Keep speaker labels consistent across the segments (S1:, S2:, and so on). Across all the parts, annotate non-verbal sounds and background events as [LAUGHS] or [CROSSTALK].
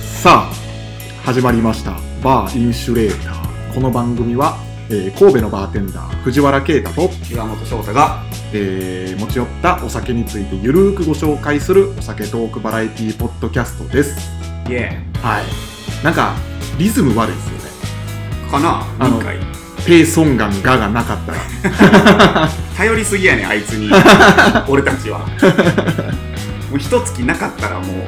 S1: さあ始まりました「バーインシュレーター」この番組は、えー神戸のバーテンダー藤原啓太と、
S2: 岩本翔太が
S1: えー持ち寄ったお酒についてゆるーくご紹介するお酒トークバラエティポッドキャストです
S2: イエ
S1: はいなんかリズム悪いですよね
S2: ーかな
S1: あの
S2: 今回
S1: ペーソンガンガがなかったら
S2: 頼りすぎやねんあい
S1: [LAUGHS]
S2: つに俺たちはもう一月なかったらもう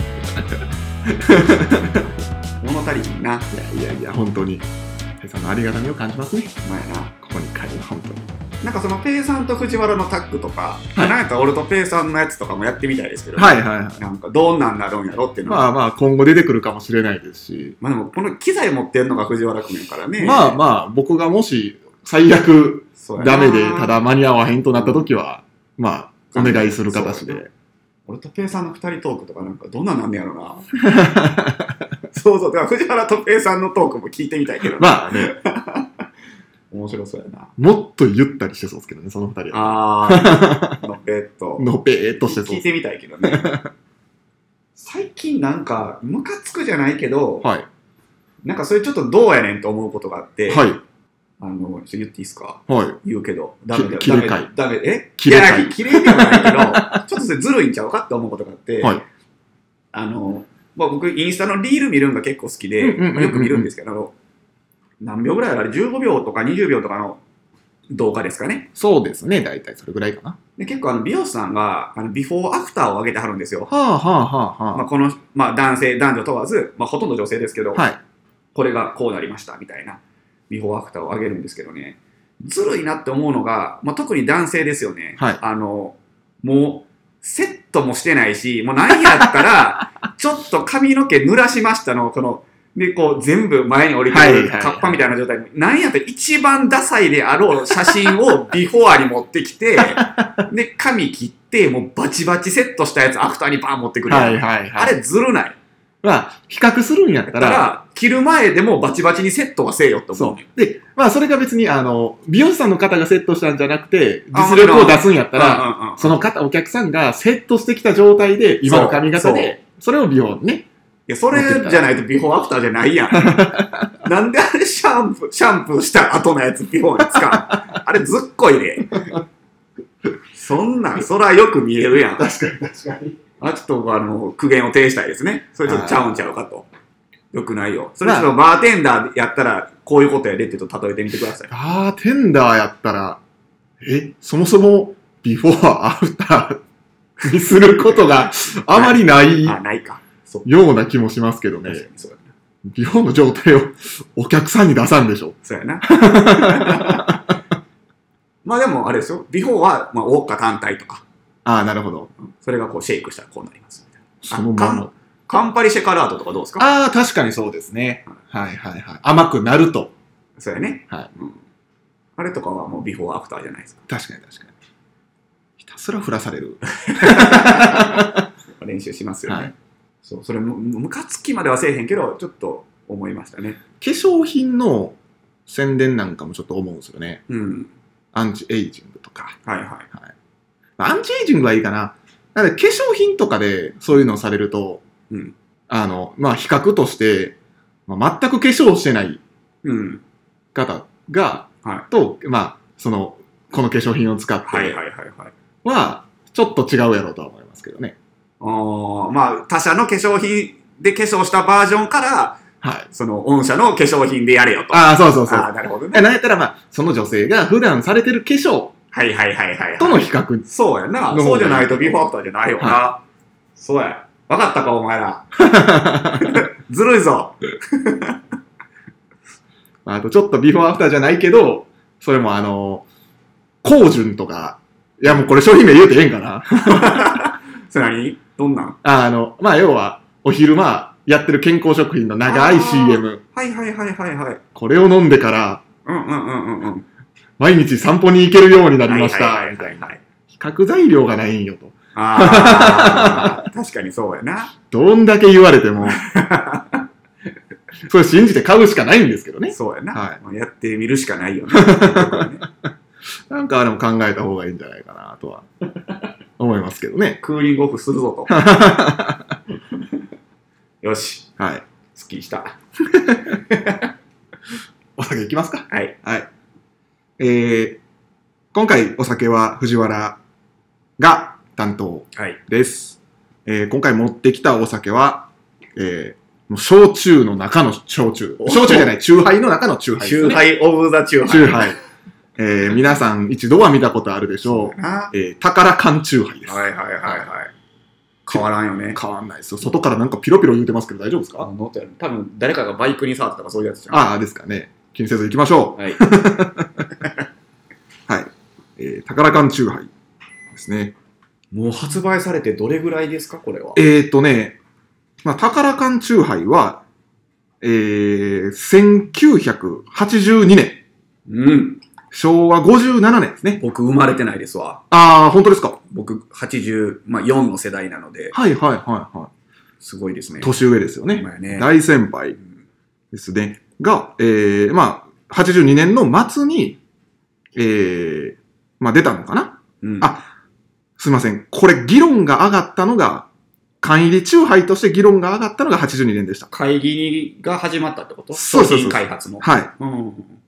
S2: 物足りひんなお
S1: いやいや本当にペイさんのありがたみを感じますね
S2: 前な
S1: ここに帰る本当に
S2: なんかそのペイさんと藤原のタッグとか、
S1: はい
S2: なんやったら俺とペイさんのやつとかもやってみたいですけど、
S1: はいはいはい
S2: なんかどんなんなるんやろっていうのは、
S1: まあまあ今後出てくるかもしれないですし、
S2: まあでもこの機材持ってんのが藤原君やからね
S1: まあまあ僕がもし最悪
S2: そうやな
S1: ダメでただ間に合わへんとなった時は、まあお願いする形
S2: そうや
S1: で。
S2: 俺とペイさんの二人トークとかなんかどんなんなんねやろな [LAUGHS] そうそうだから藤原とペイさんのトークも聞いてみたいけどな
S1: まあね、
S2: 面白そうや
S1: [LAUGHS]
S2: な
S1: もっとゆったりしてそうですけどね、その二人は。
S2: あーのペット
S1: のぺーっとしてそう
S2: 聞い
S1: です。
S2: てみたいけ
S1: [LAUGHS]
S2: どね最近なんかムカつくじゃないけど、
S1: はい。
S2: なんかそれちょっとどうやねんと思うことがあって、
S1: はい。
S2: あのちょ言っていいですか
S1: はい。
S2: 言うけどダメだよ
S1: き
S2: ダメ
S1: 切れ替え
S2: ダメえ
S1: 切れ替え
S2: いや切れではないけど [LAUGHS] ちょっとそれずるいんちゃうかって思うことがあって、
S1: はい
S2: あの、まあ、僕インスタのリール見るのが結構好きで、
S1: うんうんうんうん
S2: まあよく見るんですけどあの何秒ぐらいあれ15秒とか20秒とかの動画ですかね
S1: そうですね、大体それぐらいかな。
S2: で結構あの美容師さんがあのビフォーアフターを上げてはるんですよ、
S1: はあはあはあ
S2: まあ、
S1: は
S2: この、まあ、男性男女問わず、まあ、ほとんど女性ですけど、
S1: あ。はい。
S2: これがこうなりましたみたいなビフォーアフターを上げるんですけどねずるいなって思うのが、まあ、特に男性ですよね、
S1: はい
S2: あのもうセットもしてないしもう何やっ
S1: [LAUGHS]
S2: たらちょっと髪の毛濡らしましたのこのでこう全部前に降りて
S1: はいはい
S2: る
S1: はい
S2: カッパみたいな状態で、何やったら一番ダサいであろう写真をビフォーに持ってき
S1: [LAUGHS]
S2: てで髪切ってもうバチバチセットしたやつアフターにバーン持ってくるやん、
S1: はいはいはい。
S2: あれずるない
S1: まあ、比較するんやっ
S2: だ
S1: た、
S2: からら、着る前でもバチバチにセットはせえよって思う
S1: そ
S2: ねん。
S1: う。で、まあそれが別に、あの、美容師さんの方がセットしたんじゃなくて、
S2: あ
S1: 実力を出すんやったら、
S2: うんうんうん
S1: その方、お客さんがセットしてきた状態で、今の髪型で、それを美容にね。
S2: いや、それじゃないとビフォーアフターじゃない [LAUGHS] やん。なんであれシャンプー、シャンプーした後のやつビフォーに使うのあれずっこいで。そんなん、そらよく見えるやん。
S1: かに確かに。
S2: あちょっと、あの、苦言を呈したいですね。それちょっとちゃうんちゃうかと。よくないよ。それちょっとバーテンダーやったら、こういうことやでってちょっと例えてみてください。
S1: バーテンダーやったら、え、そもそも、ビフォー、アフターにすることがあまりない
S2: あ、ないか。そう。
S1: ような気もしますけど
S2: 確
S1: ね
S2: か。にそうやな。
S1: 美容の状態を [LAUGHS] お客さんに出さんでしょ。
S2: そうやな。 [LAUGHS] まあでもあれですよ。ビフォーは、まあ、謳歌単体とか、
S1: ああ、なるほど。
S2: それがこうシェイクしたらこうなります。
S1: そのま
S2: あ
S1: ま。
S2: カンパリシェカラートとかどうですか
S1: ああ、確かにそうですね。はいはいはい。甘くなると。
S2: そうやね。
S1: はい
S2: うんあれとかはもうビフォーアフターじゃないですか。
S1: 確かに確かに。ひたすら振らされる。
S2: 練習しますよね。
S1: はい
S2: そう、それも、むムカつきまではせえへんけど、ちょっと思いましたね。
S1: 化粧品の宣伝なんかもちょっと思うんですよね。
S2: うん。
S1: アンチエイジングとか。
S2: はいはい。
S1: まあアンチエイジングはいいかな。だから化粧品とかでそういうのをされると、
S2: うん
S1: あの、まあ比較として、まあ、全く化粧してない
S2: うん。
S1: 方が、
S2: は
S1: と、まあ、その、この化粧品を使って
S2: はいはいはいはい。
S1: は、ちょっと違うやろうとは思いますけどね。
S2: あーまあ、他社の化粧品で化粧したバージョンから、
S1: はい。
S2: その、御社の化粧品でやれよと。
S1: ああ、そうそうそう。
S2: あーなるほど
S1: え
S2: ね。
S1: なんやったら、まあ、その女性が普段されてる化粧
S2: はいはいはいはい、はい。
S1: との比較
S2: そうやな。
S1: の方が
S2: そうじゃないとビフォーアフターじゃないよな。そうや。わかったか、お前 [LAUGHS] ら。ずるいぞ。
S1: あとちょっとビフォーアフターじゃないけど、それもあの、高順とか、いやもうこれ商品名言うてええんかな。
S2: それ何どんなん
S1: あの、まあ要は、お昼間やってる健康食品の長
S2: あ
S1: い
S2: ー
S1: CM、
S2: はいはいはいはいはい。
S1: これを飲んでから、
S2: うんうんうんうんうん。
S1: 毎日散歩に行けるようにな
S2: あ
S1: りました、
S2: はい
S1: み
S2: は
S1: た
S2: い
S1: い
S2: は
S1: な。
S2: いはい。
S1: 比較材料がないんよと。
S2: ああ、 [LAUGHS] 確かにそうやな。
S1: どんだけ言われて
S2: [LAUGHS]
S1: も、それ信じて買うしかないんですけどね。
S2: そうやな。
S1: はい
S2: まあやってみるしかないよね。 [LAUGHS] 僕はね
S1: なんかあれも考えた方がいいんじゃないかなとは、思いますけどね。
S2: クーリングオフするぞと。よし、
S1: はい。
S2: 好ききりした。
S1: お酒いきますか。
S2: はい。
S1: はい。えー、今回お酒は藤原が担当
S2: はい。
S1: です。えー、今回持ってきたお酒は、えー、もう焼酎の中の焼酎。
S2: お
S1: 焼酎じゃない、酎ハイの中の酎ハイで
S2: チュ
S1: す
S2: ー
S1: ね。
S2: ハイオブザチューハイ。
S1: 酎ハイ。えー、皆さん一度は見たことあるでしょう。
S2: な
S1: えー、宝缶酎ハイです。
S2: はいはいはいはい。変わらんよね。
S1: 変わんないですよ。外からなんかピロピロ言うてますけど大丈夫ですか
S2: ノートやる多分誰かがバイクに触ったとかそういうやつじゃん。
S1: ああ、ですかね。気にせず行きましょ
S2: はい。
S1: う。 [LAUGHS] はい。えー、宝缶酎ハイですね。
S2: もう発売されてどれぐらいですか、これは。
S1: えー、とね、まあ、宝缶酎ハイは、えー、1982年、
S2: うん。
S1: 昭和57年ですね。
S2: 僕生まれてないですわ。
S1: ああ、本当ですか
S2: 僕84、まあ、4の世代なので、
S1: はいはいはいは
S2: すごいですね
S1: い。。年上ですよね。
S2: ほんまやね
S1: 大先輩
S2: うん
S1: ですね。が、えー、まあ、82年の末に、えー、まあ出たのかな
S2: うん
S1: あすいません。これ、議論が上がったのが、缶入り中杯として議論が上がったのが82年でした。
S2: 会議が始まったってこと
S1: そうそうそう
S2: 商品開発の。
S1: はい。
S2: うん。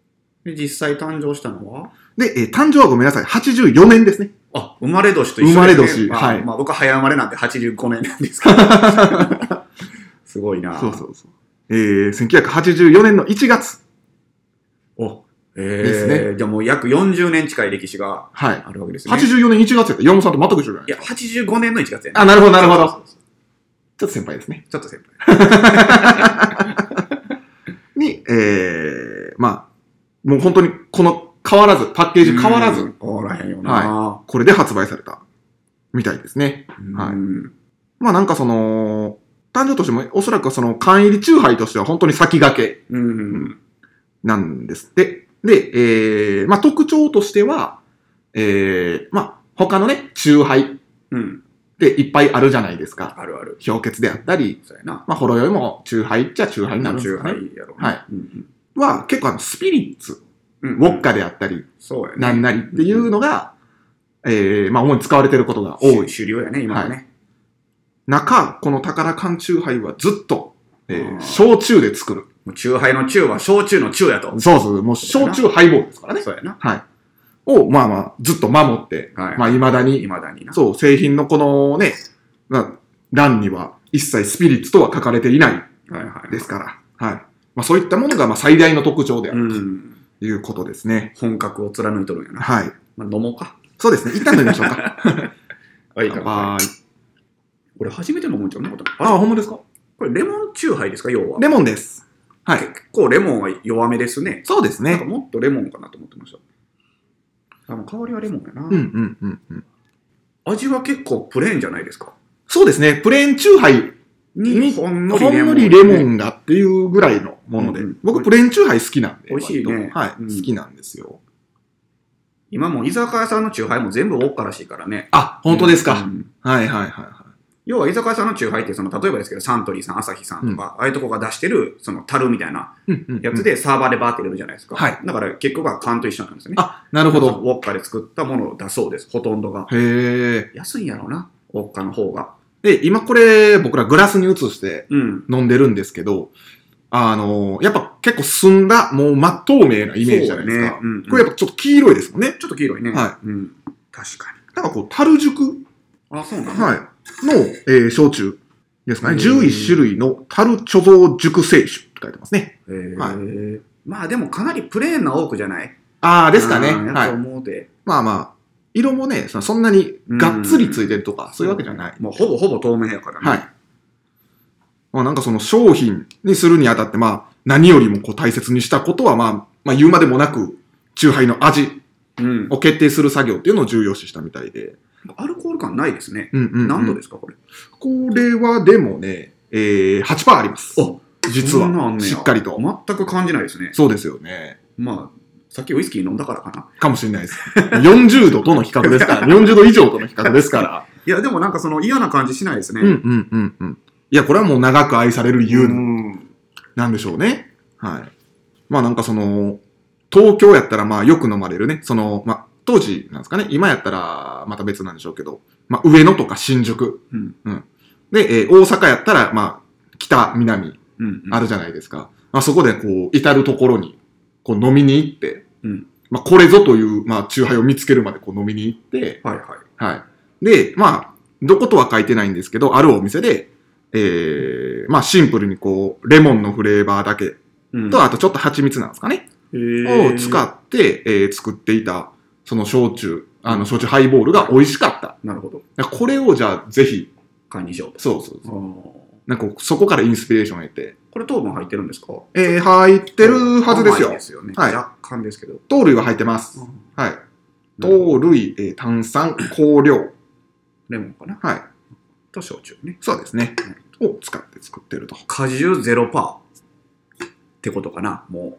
S2: で、実際誕生したのは
S1: で、えー誕生はごめんなさい。84年ですね。
S2: あ、生まれ年と一緒
S1: 生まれ
S2: です
S1: 年
S2: まあ
S1: はい
S2: まあ僕は早生まれなんで85年なんです
S1: [LAUGHS]
S2: けど。すごいな
S1: そうそうそう。えー、1984年の1月。
S2: お、え
S1: です
S2: ー、
S1: ね
S2: じゃあもう約40年近い歴史が
S1: はい。
S2: あるわけですね。
S1: 84年1月やった。山本さんと全く一緒じゃない
S2: いや、85年の1月やね。
S1: あ、なるほど、なるほど。ち
S2: そ
S1: ょ
S2: うそうそ
S1: っ
S2: う
S1: と先輩ですね。
S2: ちょっと先輩。
S1: に、えー、まあ、もう本当にこの変わらず、パッケージ変わら
S2: う
S1: ず、
S2: ん。変わらへんよな。
S1: これで発売されたみたいですね。はい
S2: うん
S1: まあなんかその、誕生としても、おそらくその缶入り中杯としては本当に先駆け。
S2: うん。
S1: なんですって。で、えー、まあ、特徴としては、えー、まあ、他のね、中杯っ
S2: うん。
S1: ていっぱいあるじゃないですか。
S2: あるある。
S1: 氷結であったり、
S2: そうやな。
S1: まあ、ほろ酔いも中杯っちゃ中杯になるんです
S2: 中
S1: よね。
S2: 杯やろうね。
S1: はい
S2: うん
S1: は、結構あの、スピリッツ、
S2: うん。
S1: ウォッカであったり、
S2: そうやね。
S1: なんなりっていうのが、えー、まあ、主に使われてることが多
S2: 多い
S1: い。
S2: 主流やね、今はね。
S1: 中、この宝缶中杯はずっと、え
S2: あー
S1: ー、焼酎で作る。
S2: もう中杯の中は焼酎の中やと。
S1: そうそう、もう焼酎ハイボールですからね。
S2: そうやな。
S1: はい。を、まあまあ、ずっと守って、
S2: はい。
S1: まあ、未だに
S2: いまだにな。
S1: そう、製品のこのね、な欄には一切スピリッツとは書かれていない
S2: はいはい。
S1: ですから、はい。まあそういったものがまあ最大の特徴であ
S2: う
S1: る
S2: ん。
S1: ということですね。
S2: 本格を貫いとるんやな。
S1: はい。
S2: まあ飲もうか。
S1: そうですね。一旦飲みましょうか。
S2: [LAUGHS] はい
S1: あ
S2: 俺初めて飲むんちゃうね、これ
S1: あ、ほんまですか
S2: これレモンチューハイですか、要は。
S1: レモンです。はい。
S2: 結構レモンは弱めですね。
S1: そうです
S2: なんか
S1: ね。
S2: もっとレモンかなと思ってました。あもう香りはレモンやな、
S1: うんうんうんうん。
S2: 味は結構プレーンじゃないですか。
S1: そうですね。プレーンチューハイ、に
S2: ほ
S1: ほ
S2: ん
S1: んのりレモ
S2: ン。
S1: ンがっていうぐらいのもので
S2: うんうん。
S1: 僕、プレーンチューハイ好きなんで。
S2: 美味しいね
S1: 割とはい。
S2: うん
S1: 好きなんですよ。
S2: 今もう居酒屋さんのチューハイも全部ウォッカらしいからね。
S1: あ、本当です
S2: う
S1: か。
S2: ん
S1: はいはいはいは。
S2: 要は居酒屋さんのチューハイってその、例えばですけど、サントリーさん、アサヒさんとか、ああいうとこが出してる、その、樽みたいない
S1: うんうんうん
S2: やつでサーバーでバーって入れるじゃないですか。
S1: はい
S2: だから結局は缶と一緒なんですね。
S1: あ、なるほ
S2: その
S1: ど。
S2: ウォッカで作ったものだそうです、ほとんどが。
S1: へえ。
S2: 安いんやろうな、ウォッカの方が。
S1: で、今これ、僕らグラスに移して
S2: うん。
S1: 飲んでるんですけど、あのーやっぱ結構澄んだ、もう真っ透明なイメージじゃないです
S2: そう
S1: か。
S2: ねうんうん
S1: これやっぱちょっと黄色いですもんね。
S2: ちょっと黄色いね。。
S1: はい
S2: うん。確かに。
S1: なんかこう、樽熟、
S2: あ、そうなの
S1: はい、の、えー焼酎ですかね。
S2: うん
S1: 11種類の樽貯蔵熟成酒って書いてますね。
S2: へー
S1: は
S2: まあでもかなりプレーンな多くじゃない
S1: ああ、ですかね。
S2: うん
S1: は
S2: や
S1: い。
S2: と思うで。
S1: まあまあ、色もね、そのそんなにがっつりついてるとか、そういうわけじゃない。
S2: もうほぼほぼ透明やからね。
S1: はい。まあなんかその商品にするにあたって、まあ何よりもこう大切にしたことは、まあ、まあ言うまでもなく、チューハイの味
S2: うん。
S1: を決定する作業っていうのを重要視したみたいで。
S2: アルコール感ないですね。
S1: うんうん、うん。
S2: 何度ですか、これ。
S1: これはでもね、えー、8%あります。
S2: あ
S1: 実
S2: そんなんあん
S1: は。
S2: ね
S1: し
S2: や
S1: っかりと。
S2: 全く感じないですね。
S1: そうですよね。
S2: まあ、さっきウイスキー飲んだからかな。
S1: かもしれないです。40度との比較です
S2: [LAUGHS]
S1: から、40度以上との比較ですから。
S2: いや、でもなんかその嫌な感じしないですね。
S1: うんうんうんうん。いや、これはもう長く愛される理由
S2: うん
S1: なんでしょうね。はい。まあなんかその、東京やったらまあよく飲まれるね、その、まあ当時なんですかね、今やったらまた別なんでしょうけど、まあ上野とか新宿。
S2: うん
S1: で、えー大阪やったらまあ北、南、
S2: うん
S1: あるじゃないですか。まあ、そこでこう、至るところに、こう飲みに行って、
S2: うん
S1: まあ、これぞという、まあ、チューハイを見つけるまでこう飲みに行って、
S2: はいはい。
S1: はい。で、まあ、どことは書いてないんですけど、あるお店で、えー、まあ、シンプルにこう、レモンのフレーバーだけ
S2: うん
S1: と、あとちょっと蜂蜜なんですかね、
S2: へー
S1: を使って、えー作っていた、その焼酎、あの、焼酎ハイボールが美味しかった。
S2: なるほど。
S1: だからこれをじゃあ、ぜひ、
S2: 管理上。
S1: そうそう
S2: あ
S1: そう。
S2: ー
S1: なんかこうそこからインスピレーションを得て、
S2: これ糖分入ってるんですか入っ
S1: えー、入ってるはずですよ。
S2: ですよね。
S1: はい
S2: 若干ですけど。
S1: 糖類は入ってます。はい。糖類、えー炭酸、香料。
S2: レモンかな
S1: はい。
S2: と焼酎ね。
S1: そうですね。を使って作ってると。
S2: 果汁ゼロパーってことかなも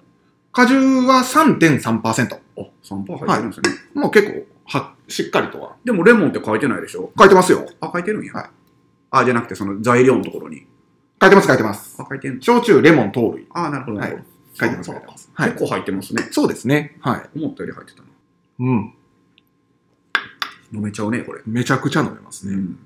S1: 果汁は3.3%。
S2: う。あ、3%パー入ってるんですね。
S1: もう結構、は、しっかりとは。
S2: でもレモンって書いてないでしょ
S1: 書いてますよ。
S2: あ、書いてるんや。
S1: はい
S2: あ、じゃなくてその材料のところに。
S1: 書いてます、書いてます。
S2: あ、書いてんの
S1: 焼酎、レモン、糖類。
S2: あ、なるほど、なるほど。
S1: 書いてます、書いてます。はい
S2: 結。構入ってますね。
S1: そうですね。はい。
S2: 思ったより入ってたな。
S1: うん。
S2: 飲めちゃうね、これ。
S1: めちゃくちゃ飲めます
S2: う
S1: ね。
S2: ん。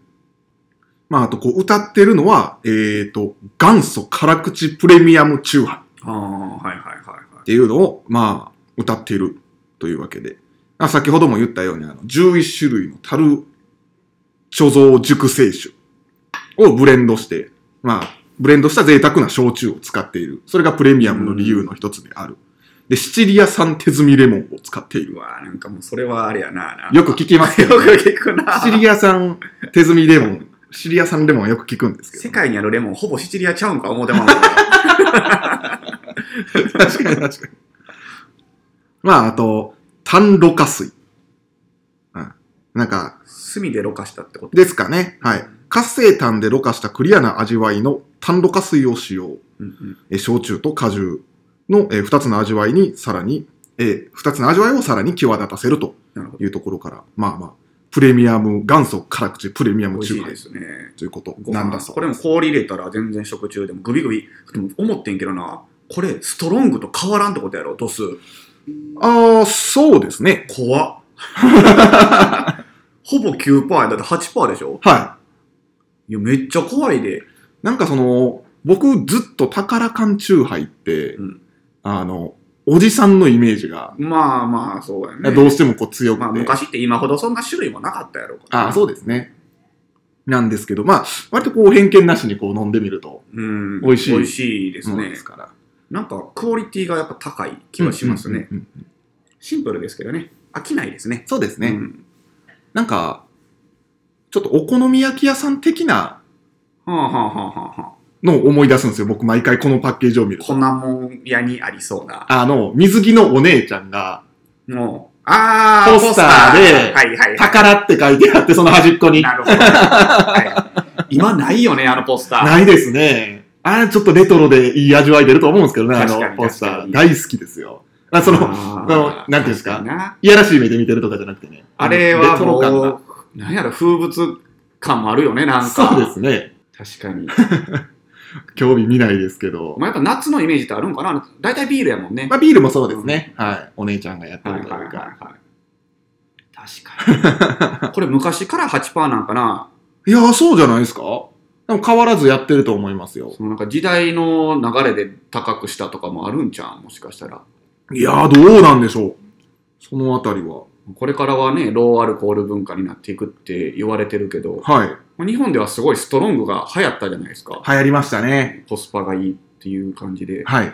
S1: まあ、あと、こう、歌ってるのは、えーと、元祖辛口プレミアムチューハイっ
S2: ああ、はいはいはいはい。
S1: ていうのを、まあ、歌っているというわけで。あ先ほども言ったように、あの、11種類の樽貯蔵熟成酒をブレンドして、まあ、ブレンドした贅沢な焼酎を使っている。それがプレミアムの理由の一つである。で、シチリア産手摘みレモンを使っている。
S2: うわーなんかもうそれはあれやな。なんか
S1: よく聞きますけ
S2: [LAUGHS] よ
S1: ど、
S2: く
S1: ね、
S2: 聞くな。
S1: シチリア産手摘みレモン、シチリア産レモンはよく聞くんですけど、
S2: 世 [LAUGHS] 界にあるレモン、ほぼシチリアちゃうんか思うてまうの
S1: 確かに確かに。まあ、あと、炭ろ過水。うん。なんか、
S2: 炭でろ過したってこと
S1: ですかね。はい。活性炭でろ過したクリアな味わいの炭ろ過水を使用。
S2: うんうん
S1: えー焼酎と果汁の、え2つの味わいにさらに、え2つの味わいをさらに際立たせると
S2: なるほど。
S1: いうところから、まあまあ、プレミアム、元祖辛口プレミア
S2: 美
S1: ム
S2: 味
S1: チュ
S2: し
S1: ー
S2: い
S1: ハイ
S2: ですね。
S1: ということ
S2: ご
S1: な
S2: 飯
S1: んだそう
S2: これも氷入れたら全然食中でもグビグビ。でも思ってんけどな、これストロングと変わらんってことやろ、度数。
S1: ああ、そうですね。
S2: 怖っ。 [LAUGHS] ほぼ9%やだって8%でしょ
S1: はい
S2: や、めっちゃ怖いで。
S1: い。なんかその、僕ずっと宝缶チューハイって、
S2: うん
S1: あの、おじさんのイメージが、
S2: まあまあ、そうやね。
S1: どうしてもこう強くて。
S2: まあ、昔って今ほどそんな種類もなかったやろうから。
S1: ああ、そうですね。なんですけど、まあ、割とこう偏見なしにこう飲んでみると、
S2: うん。
S1: 美味しい
S2: 美味しいです
S1: もの
S2: ね
S1: です。から。
S2: なんか、クオリティがやっぱ高い気はしますね。
S1: うんうんうんうん。
S2: シンプルですけどね。飽きないですね。
S1: そうですね。
S2: うん
S1: なんか、ちょっとお好み焼き屋さん的な
S2: はあはあはあはあはあ。
S1: のを思い出すんですよ。僕毎回このパッケージを見る
S2: 粉
S1: と。
S2: もん屋にありそうな。
S1: あの、水着のお姉ちゃんが、
S2: もう。あー、
S1: ポスターで
S2: ポスタはいはいは
S1: 宝って書いてあって、その端っこ
S2: い。
S1: に。
S2: なるほど。はい今ないよね、あのポスター。
S1: ないですね。あれちょっとレトロでいい味わい出ると思うんですけどね、あ
S2: 確か
S1: の
S2: に
S1: ポスタ
S2: 確か
S1: ー。
S2: に
S1: 大好きですよ。あその、
S2: あ
S1: そ
S2: ー
S1: のなんていうんですか
S2: 確にない
S1: やらしい目で見てるとかじゃなくてね。
S2: あれ
S1: レ
S2: は
S1: トロ
S2: も
S1: 感が。
S2: う、なんやろ、風物感もあるよね、なんか。
S1: そうですね。
S2: す。確かに。
S1: 興味見ないですけど。
S2: まあ、やっぱ夏のイメージってあるんかな大体ビールやもんね。
S1: まあ、ビールもそうですね。はい。お姉ちゃんがやって
S2: はい
S1: る
S2: はい
S1: と
S2: はいいう
S1: か。
S2: はい。確かに。これ昔から8%なんかない
S1: やー、そうじゃないですかでも変わらずやってると思いますよ。
S2: そのなんか時代の流れで高くしたとかもあるんちゃうもしかしたら。
S1: いやー、どうなんでしょう。そのあたりは。
S2: これからはね、ローアルコール文化になっていくって言われてるけど、
S1: はい。流
S2: まあ日本ではすごいストロングが流行ったじゃないですか。
S1: 行りましたね。
S2: コスパがいいっていう感じで。
S1: はい。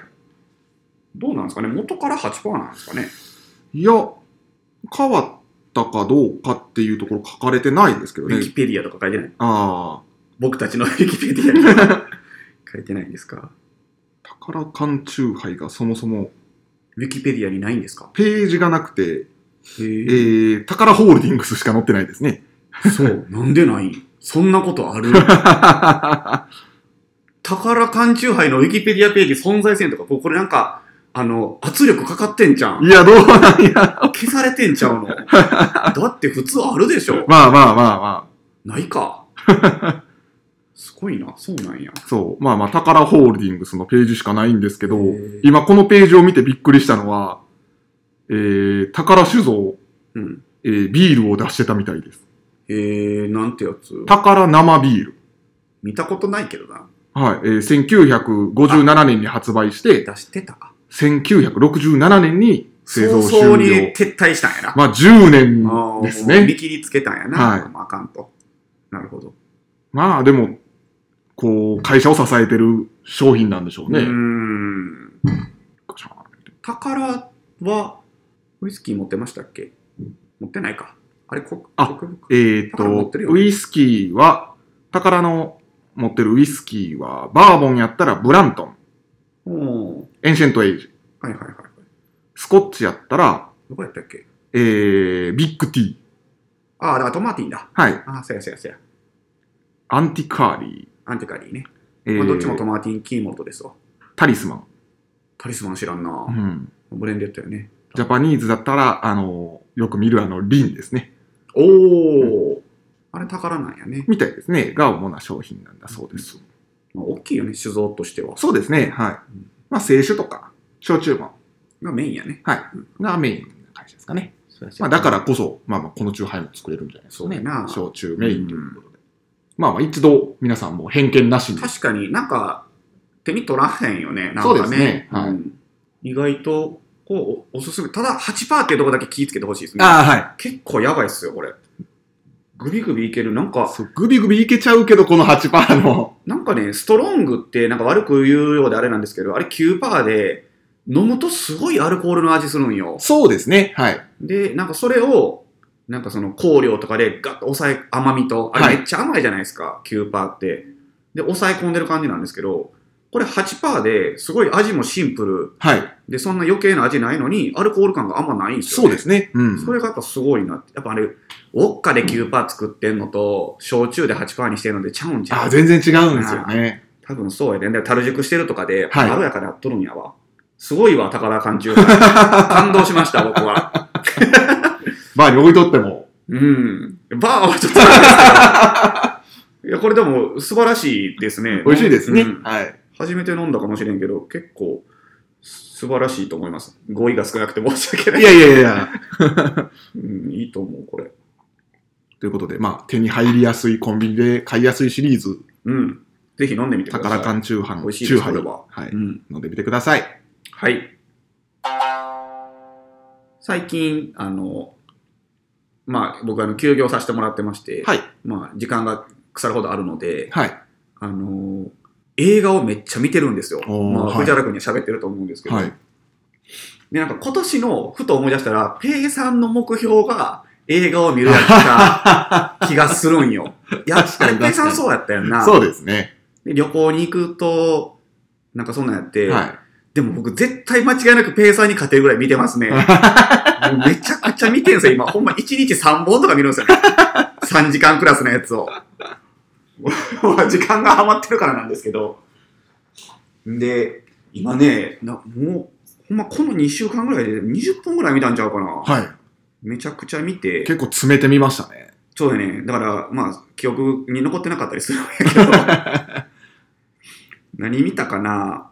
S2: どうなんですかね元から8%なんですかね
S1: いや、変わったかどうかっていうところ書かれてないですけど
S2: ウ
S1: ね
S2: ィ。キペディアとか書いてない。
S1: あ
S2: 僕たちのウィキペディアに書いてないんですか
S1: あ、宝缶チューハイがそもそも
S2: ウィキペディアにないんですか
S1: ページがなくて、
S2: へ
S1: えー、宝ホールディングスしか載ってないです [LAUGHS] ね。
S2: そう、なんでないそんなことある宝缶チューハイのウィキペディアページ存在せんとか、ここれなんか、あの、圧力かかってんじゃ
S1: い
S2: ん。
S1: や、どうなんや。
S2: 消されてんちゃうの。だって普通あるでしょ。
S1: まあまあまあま
S2: ないか。
S1: [LAUGHS]
S2: すごいな、そうなんや。
S1: あ。そう。まあまあ、宝ホールディングスのページしかないんですけど
S2: へー、
S1: 今このページを見てびっくりしたのは、えー、宝酒造、
S2: うん。
S1: えービールを出してたみたいです。
S2: えー、なんてやつ
S1: 宝生ビール。
S2: 見たことないけどな。
S1: はい。えー、1957年に発売して、
S2: 出してたか。
S1: 1967年に製造終
S2: 早々に
S1: 了。
S2: 撤退したんやな。
S1: まあ、10
S2: あ
S1: 年
S2: ー
S1: です
S2: もう
S1: ね
S2: 見。切りつけたんやな。
S1: はい
S2: まああかんと。なるほど。
S1: まあ、でも、こう、会社を支えてる商品なんでしょう
S2: うー
S1: ね。
S2: ん。宝は、ウイスキー持ってましたっけ持ってないか。あれ、こ
S1: あ
S2: 国
S1: えーっ
S2: 宝持っ
S1: と
S2: てる、よ
S1: ウイスキーは、宝の持ってるウイスキーは、バーボンやったらブラントン、
S2: うん。
S1: エンシェントエイジ。
S2: はいはいはい。
S1: スコッチやったら、
S2: どこやったっけ
S1: えー、ビッグティー。
S2: ああ、だからトマーティンだ。
S1: はい。
S2: ああ、そうやそうやそうや。
S1: アンティカーリ
S2: アンティカリーね。
S1: ー。えー
S2: まあ、どっちもトマーティン・キーモルトですわ。
S1: タリスマン。
S2: タリスマン知らん
S1: う
S2: な。
S1: ん。
S2: ブレンデッドよね。
S1: ジャパニーズだったら、あの、よく見るあの、リンですね。
S2: おお、あれ宝なんやね。
S1: みたいですね。が主な商品なんだそうです。
S2: まあ、大きいよね、酒造としては。
S1: そうですね。はい。まあ、清酒とか、焼酎も、
S2: がメインやね。
S1: がメインな会社ですかね。ま
S2: ま
S1: あ、だからこそ、まあまあ、このチューハイも作れるんじゃないですかね
S2: そうやな。
S1: 焼酎メインということで。まあまあ、一度、皆さんも偏見なしに。
S2: 確かになんか手に取らへんよね。なんかね
S1: そうですねはい
S2: ん意外とこうおおすすめ。ただ8%っていうとこだけ気ぃつけてほしいですね。
S1: ああ、はい。
S2: 結構やばいっすよ、これ。グビグビいける。なんか、
S1: そう、グビグビいけちゃうけど、この8%の。
S2: なんかね、ストロングってなんか悪く言うようであれなんですけど、あれ9%で、飲むとすごいアルコールの味するんよ。
S1: そうですね。はい。
S2: で、なんかそれを、なんかその香料とかでガッと抑え、甘みと、あ
S1: は
S2: れ
S1: い
S2: めっちゃ甘いじゃないですか、9%って。で、抑え込んでる感じなんですけど、これ8%ですごい味もシンプ
S1: はい。
S2: ルで、そんな余計な味ないのに、アルコール感があんまないんですよ、
S1: そう
S2: ね。。
S1: ですすね。うん。
S2: それがやっぱすごいなって。やっぱあれ、ウォッカで9%作ってんのと、焼酎で8%にしてるのでちゃうんち
S1: あ
S2: ゃ
S1: あ、
S2: う
S1: 全然違うんですよね。
S2: 多分そうやね。で、樽熟してるとかで、
S1: はい
S2: まろやかになっとるんやわ。すごいわ、宝
S1: [LAUGHS]
S2: 缶中。感動しました、僕は。
S1: バーに置いとっても。
S2: うん。バーはちょっと
S1: [LAUGHS]
S2: あれですけどいや、これでも素晴らしいですね。
S1: 美味しいですね。
S2: うん
S1: はい。
S2: 初めて飲んだかもしれんけど、結構素晴らしいと思います。語彙が少なくて申し訳ない。
S1: いやいやいや。
S2: うん、いいと思う、これ。
S1: ということで、まあ、手に入りやすい、コンビニで買いやすいシリーズ、
S2: うん。ぜひ飲んでみてください。
S1: 宝缶中飯、
S2: 美味しい
S1: 中
S2: です、これ
S1: 杯、
S2: は。
S1: はい、
S2: うん。
S1: 飲んでみてください。
S2: はい。最近、あの、まあ、僕、あの、休業させてもらってまして、
S1: はい。
S2: まあ、時間が腐るほどあるので、
S1: はい。
S2: あのー映画をめっちゃ見てるんですよ。
S1: おー
S2: まあ、
S1: はい
S2: 藤原君には喋ってると思うんですけど、
S1: はい。
S2: で、なんか今年の、ふと思い出したら、ペイさんの目標が映画を見るやった
S1: [LAUGHS]
S2: 気がするんよ。いや、
S1: 確
S2: あ
S1: かに
S2: れペイ
S1: 確
S2: さ
S1: か
S2: ん
S1: に
S2: そうやったよな。
S1: そうですね。
S2: で旅行に行くと、なんかそんなんやって、
S1: は
S2: でも僕絶対間違いなくペイさんに勝てるぐらい見てます [LAUGHS] ね。もうめちゃくちゃ見てんすよ、今。ほんま1日3本とか見るんですよね。3時間クラスのやつを。もう時間がハマってるからなんですけど。で、今ね、なもう、ほんまこの2週間ぐらいで20本ぐらい見たんちゃうかな。
S1: い。は
S2: めちゃくちゃ見
S1: い。
S2: て。
S1: 結構詰めてみましたね。
S2: そうだね。だから、まあ、記憶に残ってなかったりするんやけど。
S1: [LAUGHS]
S2: 何見たかな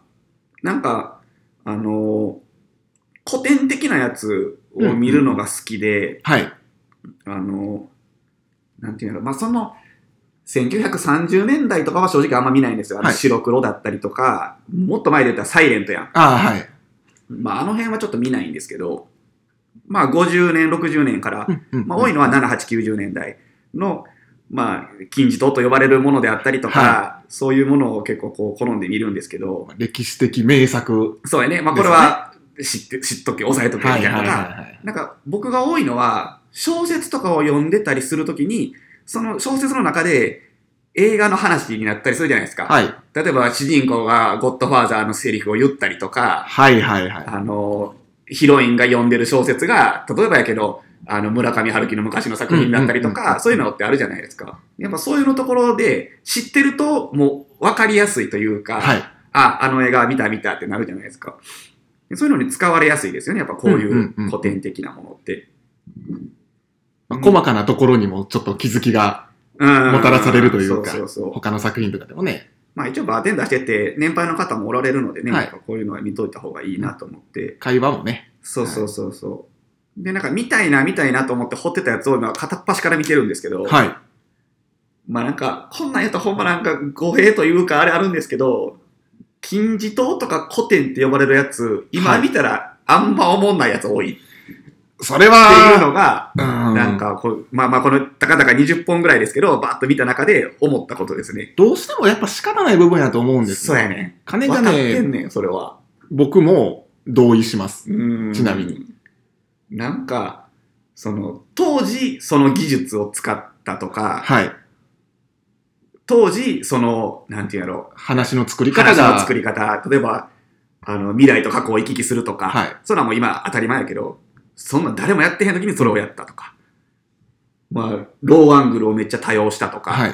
S2: なんか、あのー古典的なやつを見るのが好きで、
S1: はい。
S2: あのーなんていうのまあ、その、1930年代とかは正直あんま見ないんですよ。あの
S1: はい
S2: 白黒だったりとか、もっと前で言ったらサイレントやん。
S1: ああ、はい。
S2: まあ、あの辺はちょっと見ないんですけど、まあ、50年、60年から
S1: うんうんうん
S2: まあ、多いのは7、8、90年代の、まあ、金字塔と呼ばれるものであったりとか、
S1: は
S2: そういうものを結構こう好んで見るんですけど、
S1: 歴史的名作。
S2: そうやね、まあ、これは知って、知っとけ、押さえとけみたいなのが、
S1: い。
S2: なんか僕が多いのは、小説とかを読んでたりするときに、その小説の中で映画の話になったりするじゃないですか。
S1: はい。
S2: 例えば主人公がゴッドファーザーのセリフを言ったりとか、
S1: はいはいはい。
S2: あの、ヒロインが読んでる小説が、例えばやけど、あの、村上春樹の昔の作品だったりと
S1: うんうんうんう
S2: か、
S1: ん
S2: そういうのってあるじゃないですか。やっぱそういうのところで、知ってると、もう、わかりやすいというか、
S1: はい。
S2: あ、あの映画見た見たってなるじゃないですか。でそういうのに使われやすいですよね。やっぱこうい
S1: んうん
S2: う
S1: うん
S2: 古典的なものって。
S1: まあ細かなところにもちょっと気づきが、
S2: うん
S1: もたらされるというか
S2: そうそうそう。
S1: 他の作品とかでもね。
S2: まあ一応バーテンダーしてて、年配の方もおられるのでね、
S1: はい
S2: やっぱこういうのは見といた方がいいなと思って。
S1: 会話もね。
S2: そうそうそうそう。で、なんか見たいな、見たいなと思って掘ってたやつを今片っ端から見てるんですけど、
S1: はい。
S2: まあなんか、こんなんやったらほんまなんか語弊というかあれあるんですけど、金字塔とか古典って呼ばれるやつ、今見たらあんま思んないやつ多いって
S1: それ
S2: いう
S1: は、
S2: のが、
S1: な
S2: なんかこう、まあまあこの、たかだか20本ぐらいですけど、バーッと見た中で思ったことですね。
S1: どうしてもやっぱ仕方ない部分やと思うんです
S2: そ
S1: よ
S2: うやね。
S1: 金
S2: 分
S1: が
S2: かって
S1: ね、
S2: んねん、それは。
S1: 僕も同意します。ち
S2: ち
S1: なみに。
S2: なんか、その、当時、その技術を使ったとか、
S1: はい。
S2: 当時、その、なんていうんやろ
S1: 話の作り
S2: う、
S1: 方
S2: 話
S1: が。
S2: の作り方、例えば、あの、未来と過去を行き来するとか、
S1: はい。
S2: そんなんもう今当たり前やけど、そんなん誰もやってへん時にそれをやったとか、まあ、ローアングルをめっちゃ多用したとか、
S1: はい。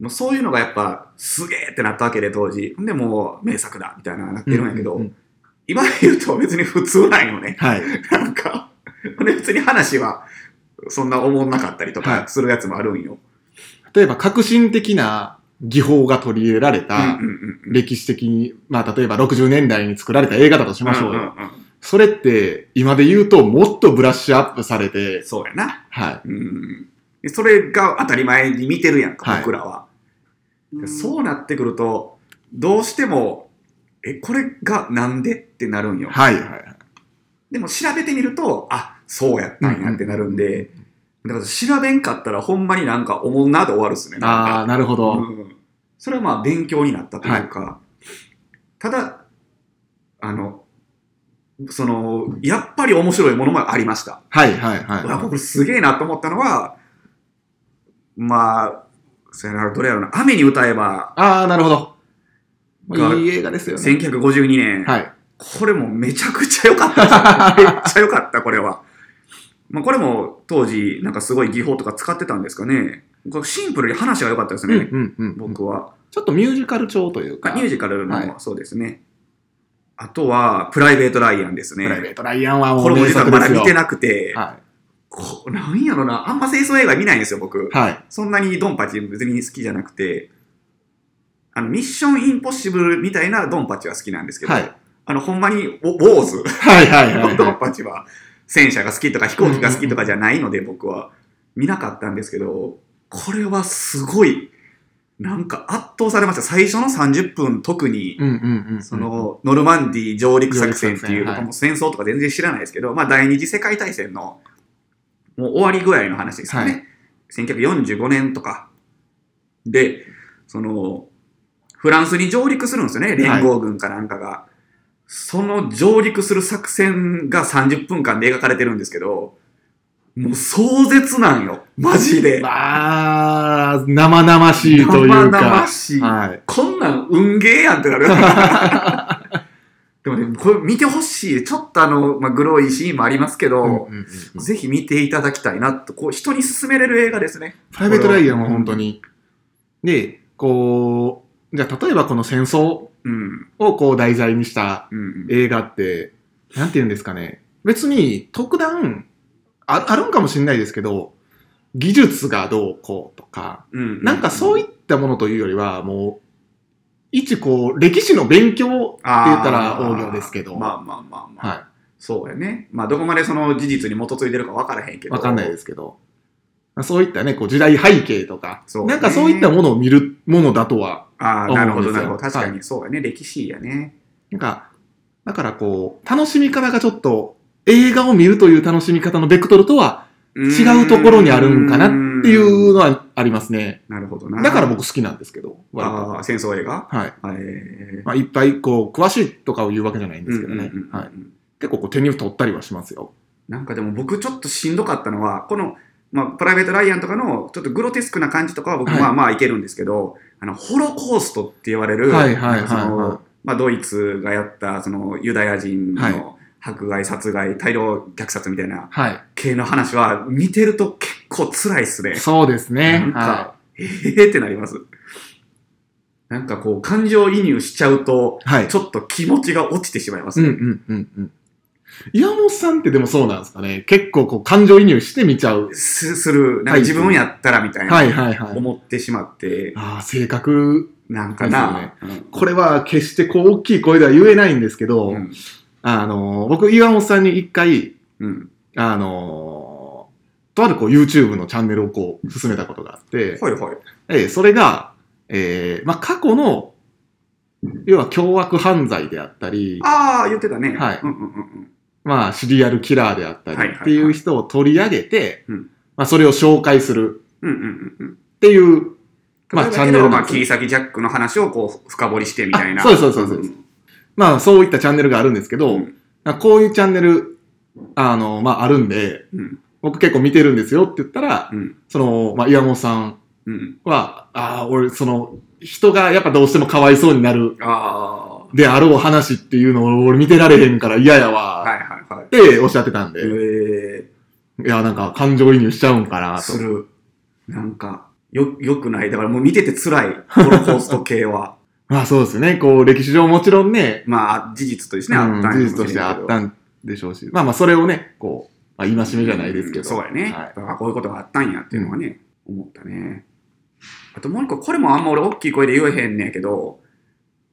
S2: もうそういうのがやっぱ、すげえってなったわけで、当時。で、もう、名作だ、みたいな、なってるんやけど、
S1: ううん
S2: 今言うと別に普通なんよね。 [LAUGHS]
S1: はい。
S2: なんか、で別に話はそんな思んなかったりと
S1: はい
S2: かするやつもあるんよ。
S1: 例えば革新的な技法が取り入れられた
S2: うんうんうんうん
S1: 歴史的に、まあ例えば60年代に作られた映画だとしましょう
S2: う
S1: よ。
S2: んうんうん
S1: それって今で言うともっとブラッシュアップされて、
S2: そうやな。
S1: は
S2: うんでそれが当たり前に見てるやんか、
S1: はい
S2: 僕らは。
S1: い。
S2: そうなってくると、どうしても、え、これがなんでってなるんよ。
S1: はいはいはい。
S2: でも調べてみると、あ、そうやったんやってなるんで、だから調べんかったらほんまになんかおもんなで終わるっすね。なんか
S1: ああ、なるほど。
S2: うんそれはまあ勉強になったというか、ただあのそのやっぱり面白いものもありました、
S1: はいはい
S2: 僕は
S1: は
S2: 僕すげえなと思ったのはまあそやなどれやろうな「雨に歌えば
S1: い。ああ、なるほど。
S2: が
S1: いい映画です」よね。
S2: 1952年、
S1: はい。
S2: これもめちゃくちゃ良かったです
S1: [LAUGHS]
S2: よめっちゃ良かったこれは、まあ、これも当時なんかすごい技法とか使ってたんですかねこれシンプルに話が良かったです
S1: うん
S2: ね、
S1: うんうん。
S2: 僕は
S1: ちょっとミュージカル調という
S2: あ
S1: か、
S2: ミュージカルの、
S1: はい
S2: そうですね。あとは、プライベート・ライアンです
S1: プライベー
S2: ね。
S1: ト・ライアンはも
S2: こ
S1: う
S2: れも
S1: 名
S2: 実は
S1: 作
S2: ま
S1: で
S2: だ
S1: すよ。
S2: 見てなくて、
S1: は
S2: こなんやろな、あんま清掃映画見ないんですよ、僕
S1: い。。はい。
S2: そんなにドンパチ別に好きじゃなくて、あの、ミッション・インポッシブルみたいなドンパチは好きなんですけど、
S1: はい
S2: あの、ほんまにウォ、ウォーズ
S1: はいはいはい
S2: の
S1: は
S2: ド
S1: い
S2: ン。パチは、戦車が好きとか飛行機が好きとかじゃないので、僕は見なかったんですけど、これはすごい、なんか圧倒されました。最初の30分特に、
S1: うんうんうん。
S2: そ、のノルマンディー上陸作戦ってい
S1: 上
S2: う、
S1: 陸作戦はい
S2: 僕も戦争とか全然知らないですけど、まあ、第二次世界大戦のもう終わりぐらいの話ですよね、
S1: は
S2: 1945年とかでそのフランスに上陸するんですよね連合軍かなんかが、その上陸する作戦が30分間で描かれてるんですけどもう壮絶なんよマジで
S1: まあ、生々しいというか。
S2: 生々しい、
S1: はい。
S2: こんなん運ゲーやんってなる。でもね、これ見てほしい。ちょっとあの、まあ、グロいシーンもありますけど、
S1: うんうんうんうん
S2: ぜひ見ていただきたいなと、こう、人に勧めれる映画ですね。
S1: プライベート・ライアンは本当に。で、こう、じゃあ例えばこの戦争
S2: うん。
S1: をこう題材にした
S2: うん。
S1: 映画って、なんて言うんですかね。別に特段ああるんかもしれないですけど、技術がどうこうとか、
S2: うん
S1: なんかそうい
S2: っ
S1: ったものというよりは、もう、一こう、歴史の勉強、
S2: た
S1: 言ったら大行ですけど
S2: まあまあまあまあ。
S1: は
S2: そうやね。まあ、どこまでその事実に基づいてるか分からへんけ
S1: い、
S2: ど。
S1: わかんないですけど、そういったね、こう、時代背景とか、
S2: そうね
S1: なんかそういったものを見るものだとは、
S2: ああ、なるほ
S1: 思う
S2: ど、
S1: んで
S2: な
S1: すよ
S2: るほど。確かに、そうやね。歴史やね。
S1: なんか、だからこう、楽しみ方がちょっと、映画を見るという楽しみ方のベクトルとは違うところにあるんかなってい
S2: ん。
S1: うのはありますね。
S2: なるほどな。
S1: だから僕好きなんですけど、割と。
S2: ああ、戦争映画
S1: はい。
S2: えー
S1: まあ、いっぱいこう、詳しいとかを言うわけじゃないんですけど
S2: うん
S1: ね
S2: うんうんう。ん
S1: はい。結構こう、手に取ったりはしますよ。
S2: なんかでも僕ちょっとしんどかったのは、この、まあ、プライベート・ライアンとかのちょっとグロテスクな感じとかは僕
S1: はい
S2: まあまあいけるんですけど、あの、ホロコーストって言われる、
S1: はいはいはいはい
S2: そのまあ、ドイツがやったそのユダヤ人
S1: はい
S2: の迫害、殺害、大量虐殺みたいな
S1: は
S2: 系の話は見てると結構辛いっすね
S1: い。。そうです
S2: な
S1: ね
S2: ん。か、
S1: はい。
S2: えーってなります。なんかこう、感情移入しちゃうと、
S1: はい。
S2: ちょっと気持ちが落ちてしまいます
S1: うん
S2: ね。
S1: うんうんうん。岩本さんってでもそうなんですかね。結構こう感情移入して見ちゃう。
S2: すする、なんか自分やったらみたいな。
S1: はいはいはい。
S2: 思ってしまって、
S1: ああ、性格。
S2: なんかな、
S1: これは決してこう大きい声では言えないんですけど、
S2: うん
S1: あのー、僕岩本さんに一回、
S2: うん
S1: あのとあるこう YouTube のチャンネルをこう進めたことがあって、
S2: はいはい。
S1: えーそれが、えーまあ、過去の、要は凶悪犯罪であったり、
S2: ああ、言ってたね。
S1: はい
S2: うんうんうん
S1: まあ、シリアルキラーであった
S2: はい
S1: り
S2: はいはい
S1: っていう人を取り上げて
S2: うん、
S1: まあ、それを紹介する
S2: うん。うんうんうんうん。
S1: っていう、まあ、チ
S2: チ
S1: ャ
S2: ャ
S1: ン
S2: ン
S1: ネ
S2: ネ
S1: ル
S2: ル
S1: なん
S2: まあ、
S1: です
S2: 切り裂きジャックの話をこう、深掘りしてみたいな。
S1: あそうですそうですそうですまあ、そういったチャンネルがあるんですけど、
S2: うん
S1: まあこういうチャンネル、あの、まあ、あるんで、
S2: うん
S1: 僕結構見てるんですよって言ったら、
S2: うん
S1: その、まあ、岩本さん
S2: うんうん。
S1: は、ああ、俺、その、人がやっぱどうしてもかわいそうになる
S2: あ
S1: であろう話っていうのを俺見てられへんから嫌や
S2: あ。
S1: わ、
S2: はいはいはい。
S1: っておっしゃってたんで、
S2: え
S1: いや、なんか感情移入しちゃうんか
S2: ー、
S1: なと
S2: す。る。なんか、よ、よくない。だからもう見てて辛い。ホロコースト系は。 [LAUGHS]
S1: まあそうですね、こう歴史上もちろんね、
S2: まあ、事実としてね、
S1: うん
S2: あったんやか
S1: 事
S2: も
S1: 実としてあ
S2: れんけど
S1: ったんでしょうし、まあまあそれをね、こう、まあ、戒めじゃないですけど。
S2: うんそうやね、
S1: はい
S2: あこういうことがあったんやっていうのはね、思ったねあともう一個これもあんま俺大きい声で言えへんねんけど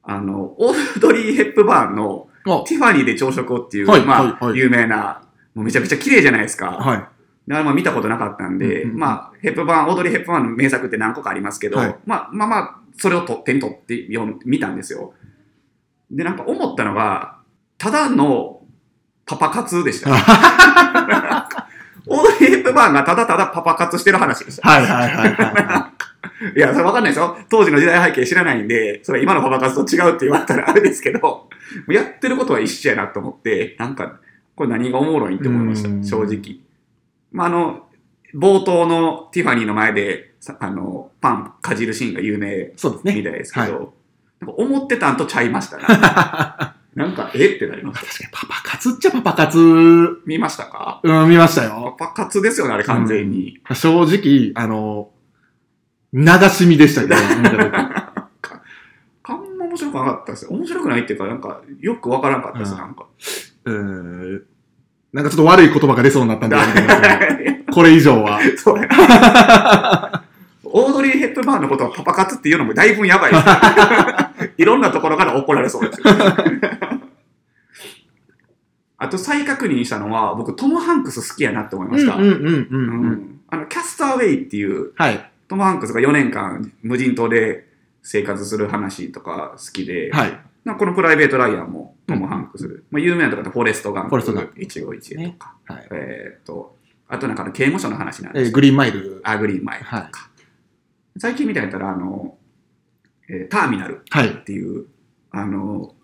S2: あのオードリー・ヘップバーンの
S1: あ
S2: 「ティファニーで朝食を」っていう、
S1: はい
S2: まあ
S1: はいはい
S2: 有名なもうめちゃくちゃ綺麗じゃないですか、
S1: はい。
S2: であれまあ見たことなかったんで、
S1: うんうんうん
S2: まあヘップバーンオードリー・ヘップバーンの名作って何個かありますけど、
S1: はい
S2: まあまあまあそれをと手に取って読ん見たんですよでなんか思ったのがただのパパ活
S1: [LAUGHS]
S2: でしたオードリー・ヘップバーンがただただパパ活してる話でした。
S1: はいはいはいはい
S2: や、それわかんないですよ。当時の時代背景知らないんで、それ今のパパ活と違うって言われたらあ [LAUGHS] れですけど、もうやってることは一緒やなと思って、なんか、これ何がおもろいんって思いました
S1: う、ん
S2: 正直。まあ、あの、冒頭のティファニーの前で、さあの、パンかじるシーンが有名 [LAUGHS]
S1: い。そうです
S2: み
S1: ね。
S2: たいですけど、
S1: ねは
S2: なんか思ってたんとちゃい
S1: [LAUGHS]
S2: ましたな。なんか、えってなりました。
S1: 確かにパパ活っちゃパパ活、うん、
S2: 見ましたか
S1: 見ました
S2: パ
S1: よ。
S2: パ活ですよね、あれ完全に。
S1: 正直、あの、流し見でしたけど、見た
S2: あんま面白くなかったですよ。面白くないっていうか、なんか、よくわからんかったです、
S1: うん
S2: なんか。
S1: 時うーんなんかちょっと悪い言葉が出そうになったん
S2: [LAUGHS]
S1: でやめてください、
S2: だ
S1: これ以上は。
S2: そうや。オードリー・ヘップバーンのことをパパ活っていうのもだいぶ
S1: [LAUGHS]
S2: やばいですよいろんなところから怒られそうですよ。あと再確認したのは、僕、トム・ハンクス好きやなって思いました。
S1: うんうんうんうん。う、
S2: うんんあの、キャスターウェイっていう、
S1: はい。
S2: トム・ハンクスが4年間無人島で生活する話とか好きで、
S1: はい。
S2: なんかこのプライベート・ライアンもトム・ハンクス、まあ、有名なとこだとフォレスト・ガンプ、
S1: フォレストガンプ
S2: 151とか、
S1: はい
S2: えー、とあとなんかあの刑務所の話なん
S1: え
S2: で
S1: ー
S2: すけど、
S1: グリーンマイル。
S2: アグリーンマイルとか、
S1: はい
S2: 最近みたいやったらあの、えーターミナル
S1: はい。
S2: っていうあの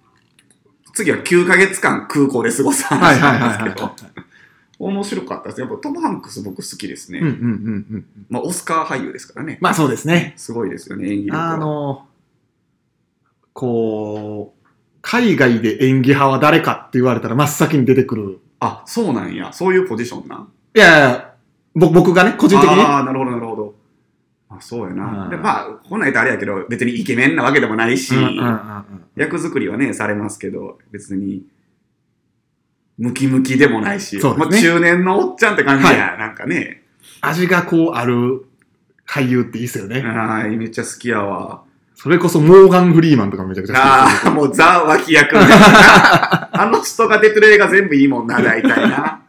S2: 次は9ヶ月間空港で過ごす
S1: はい
S2: 話
S1: はい
S2: なん
S1: はい
S2: で
S1: は
S2: すけど
S1: い。
S2: 面白かったですやっぱトム・ハンクス僕好きですね、
S1: うんうんうんうん。
S2: まあ、オスカー俳優ですからね、
S1: まあそうですね。
S2: すごいですよね演技力は
S1: あの、こう、海外で演技派は誰かって言われたら真っ先に出てくる。
S2: あそうなんやそういうポジションなん
S1: いやいや、僕僕がね、個人的にね。
S2: ああ、なるほど、なるほど。あそうやな。
S1: うん
S2: でまあ、こんなん言うとあれやけど、別にイケメンなわけでもないし、
S1: うんうんうん
S2: 役作りはね、されますけど、別に、ムキムキでもないし、
S1: そうですね
S2: まあ、中年のおっちゃんって感じや、なんかね。
S1: 味がこうある俳優っていいっすよね。
S2: はい、めっちゃ好きやわ。
S1: それこそモーガン・フリーマンとかめちゃくちゃ
S2: ああ、もうザ脇役みたい
S1: [LAUGHS]
S2: な。あの人が出てる映画全部いいもんな、大体な。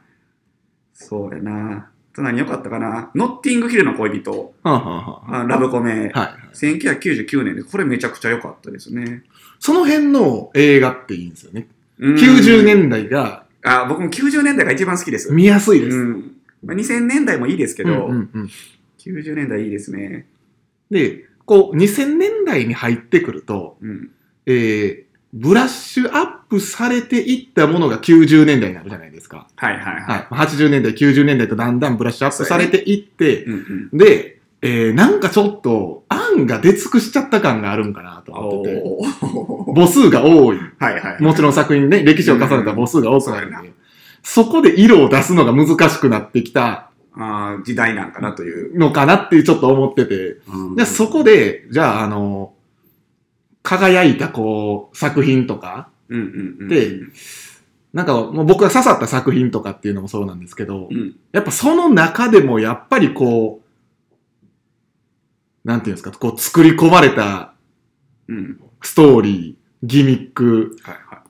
S2: そうやな。あと何良かったかな。ノッティングヒルの恋人、
S1: 好き。はあはあは
S2: あラブコメ。
S1: あはい。
S2: 1999年で、これめちゃくちゃ良かったですね。
S1: その辺の映画っていいんですよね。
S2: うん
S1: 90年代が
S2: あ、僕も90年代が一番好きです。
S1: 見やすいです。
S2: うん。まあ、2000年代もいいですけど、
S1: うんうんうん
S2: 90年代いいですね。
S1: で、こう、2000年代に入ってくると、
S2: うん。
S1: えーブラッシュアップされていったものが90年代になるじゃないですか。
S2: はいはいは。
S1: はいい。80年代、90年代とだんだんブラッシュアップされていって、
S2: うんうん。
S1: で、えーなんかちょっと、案が出尽くしちゃった感があるんかなと思
S2: お
S1: ってて、
S2: ー
S1: 母数が多い。
S2: はいはい。
S1: もちろん作品ね、歴史を重ねた母数が多くなる
S2: うん
S1: で、そこで色を出すのが難しくなってきた
S2: あー時代なんかなという。
S1: のかなってちょっと思ってて、で、そこで、じゃあ、あの、輝いたこう、作品とか、
S2: うんうんうん。
S1: でなんかもう僕が刺さった作品とかっていうのもそうなんですけど、
S2: うん
S1: やっぱその中でもやっぱりこう、なんていうんですか、こう作り込まれた
S2: うん。
S1: ストーリー、ギミック、
S2: はいは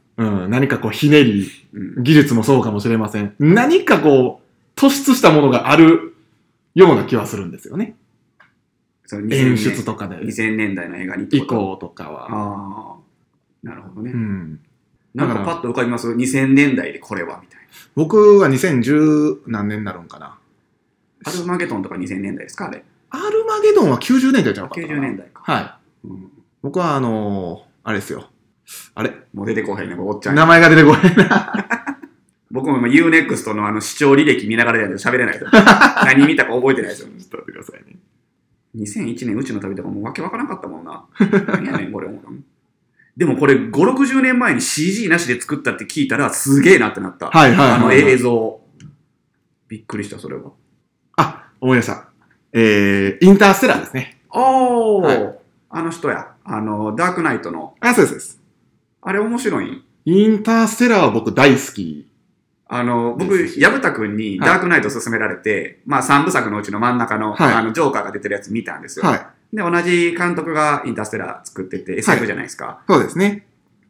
S1: うん、何かこうひねり、
S2: い。うん。
S1: 技術もそうかもしれません。何かこう、突出したものがあるような気はするんですよね。
S2: その2000年
S1: 演出とかで。
S2: 2000年代の映画にって
S1: 以
S2: こと
S1: 降とかは。
S2: ああなるほどね、
S1: うん。
S2: なんかパッと浮かびます2000年代でこれはみたいな
S1: 僕は2010何年になるんかな。
S2: アルマゲトンとか2000年代ですかあれ
S1: アルマゲドンは90年代じゃなかったかな。
S2: 90年代か、
S1: はい。
S2: うん
S1: 僕はあのーあれですよ。あれ
S2: もう出てこへんねおっちゃん
S1: 名前が出てこない。
S2: 僕も今 UNEXT のあの視聴履歴見ながらじゃないと喋れない
S1: [LAUGHS]
S2: ですよ何見たか覚えてないですよ
S1: ちょっと待ってくださいね。
S2: 2001年うちの旅とかもうわけわからんかったもんな何やねんこれもでもこれ560年前に CG なしで作ったって聞いたらすげえなってなった、
S1: はいはいはい、
S2: あの映像びっくりしたそれは
S1: あ、思い出した。えー、インターステラーですね。
S2: おお、
S1: はい
S2: あの人やあのダークナイトの
S1: あ、そうですそうです。
S2: あれ面白いん
S1: インターステラーは僕大好き。
S2: あの僕
S1: です
S2: 薮田君に
S1: はい
S2: ダークナイト勧められて、まあ3部作のうちの真ん中の,、
S1: はい
S2: あのジョーカーが出てるやつ見たんですよ、
S1: はい。
S2: で、同じ監督がインターステラー作ってて、SF じゃないですか。
S1: そうですね。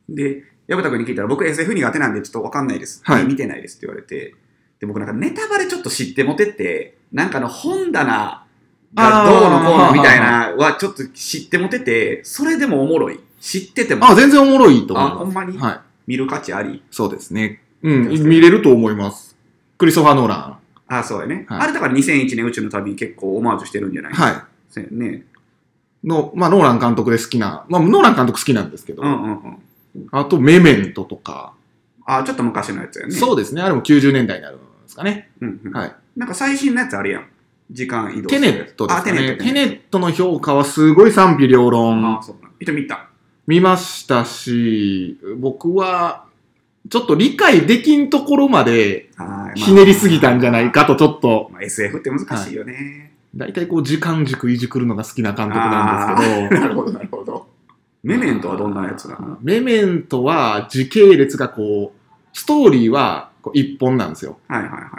S2: で、薮田君に聞いたら、僕 SF 苦手なんでちょっとわかんないです。
S1: はい
S2: 見てないですって言われて、で、僕なんかネタバレちょっと知ってもてって、なんかあの本棚が
S1: あー
S2: どうのこうのみたいなはちょっと知ってもてて、それでもおもろい。知ってても、
S1: あ、全然おもろいと思い
S2: あ
S1: ます。
S2: ほんまに
S1: はい。
S2: 見る価値あり。
S1: そうですね。うん、見れると思います。クリストファー・ノーラン。
S2: あ、そうやね。
S1: はい
S2: あれだから2001年宇宙の旅結構オマージュしてるんじゃないい。
S1: は
S2: そうやね。
S1: い。の、まあ、ノーラン監督で好きな、まあ、ノーラン監督好きなんですけど、
S2: うんうんうん。
S1: あと、メメントとか、
S2: あ、ちょっと昔のやつやね。
S1: そうですね、あれも90年代になるんですかね。
S2: うんうん。
S1: はい。
S2: なんか最新のやつあるやん。時間移動す
S1: テ
S2: る
S1: ネットです
S2: あ、テ
S1: か
S2: ネ
S1: ね。
S2: ット。
S1: テネットの評価はすごい賛否両論
S2: ああ、そうなん。見てみた。
S1: 見ましたし、僕は、ちょっと理解できんところまで
S2: はい
S1: ひねりすぎたんじゃない。かと、ちょっと、
S2: まあ、SF って難しいよね。
S1: 大体こう、時間軸いじくるのが好きな監督なんですけど、
S2: [LAUGHS] なるほど、なるほど。メメントはどんなやつなの
S1: メメントは時系列がこう、ストーリーはこう一本なんですよ。
S2: はいはいはいは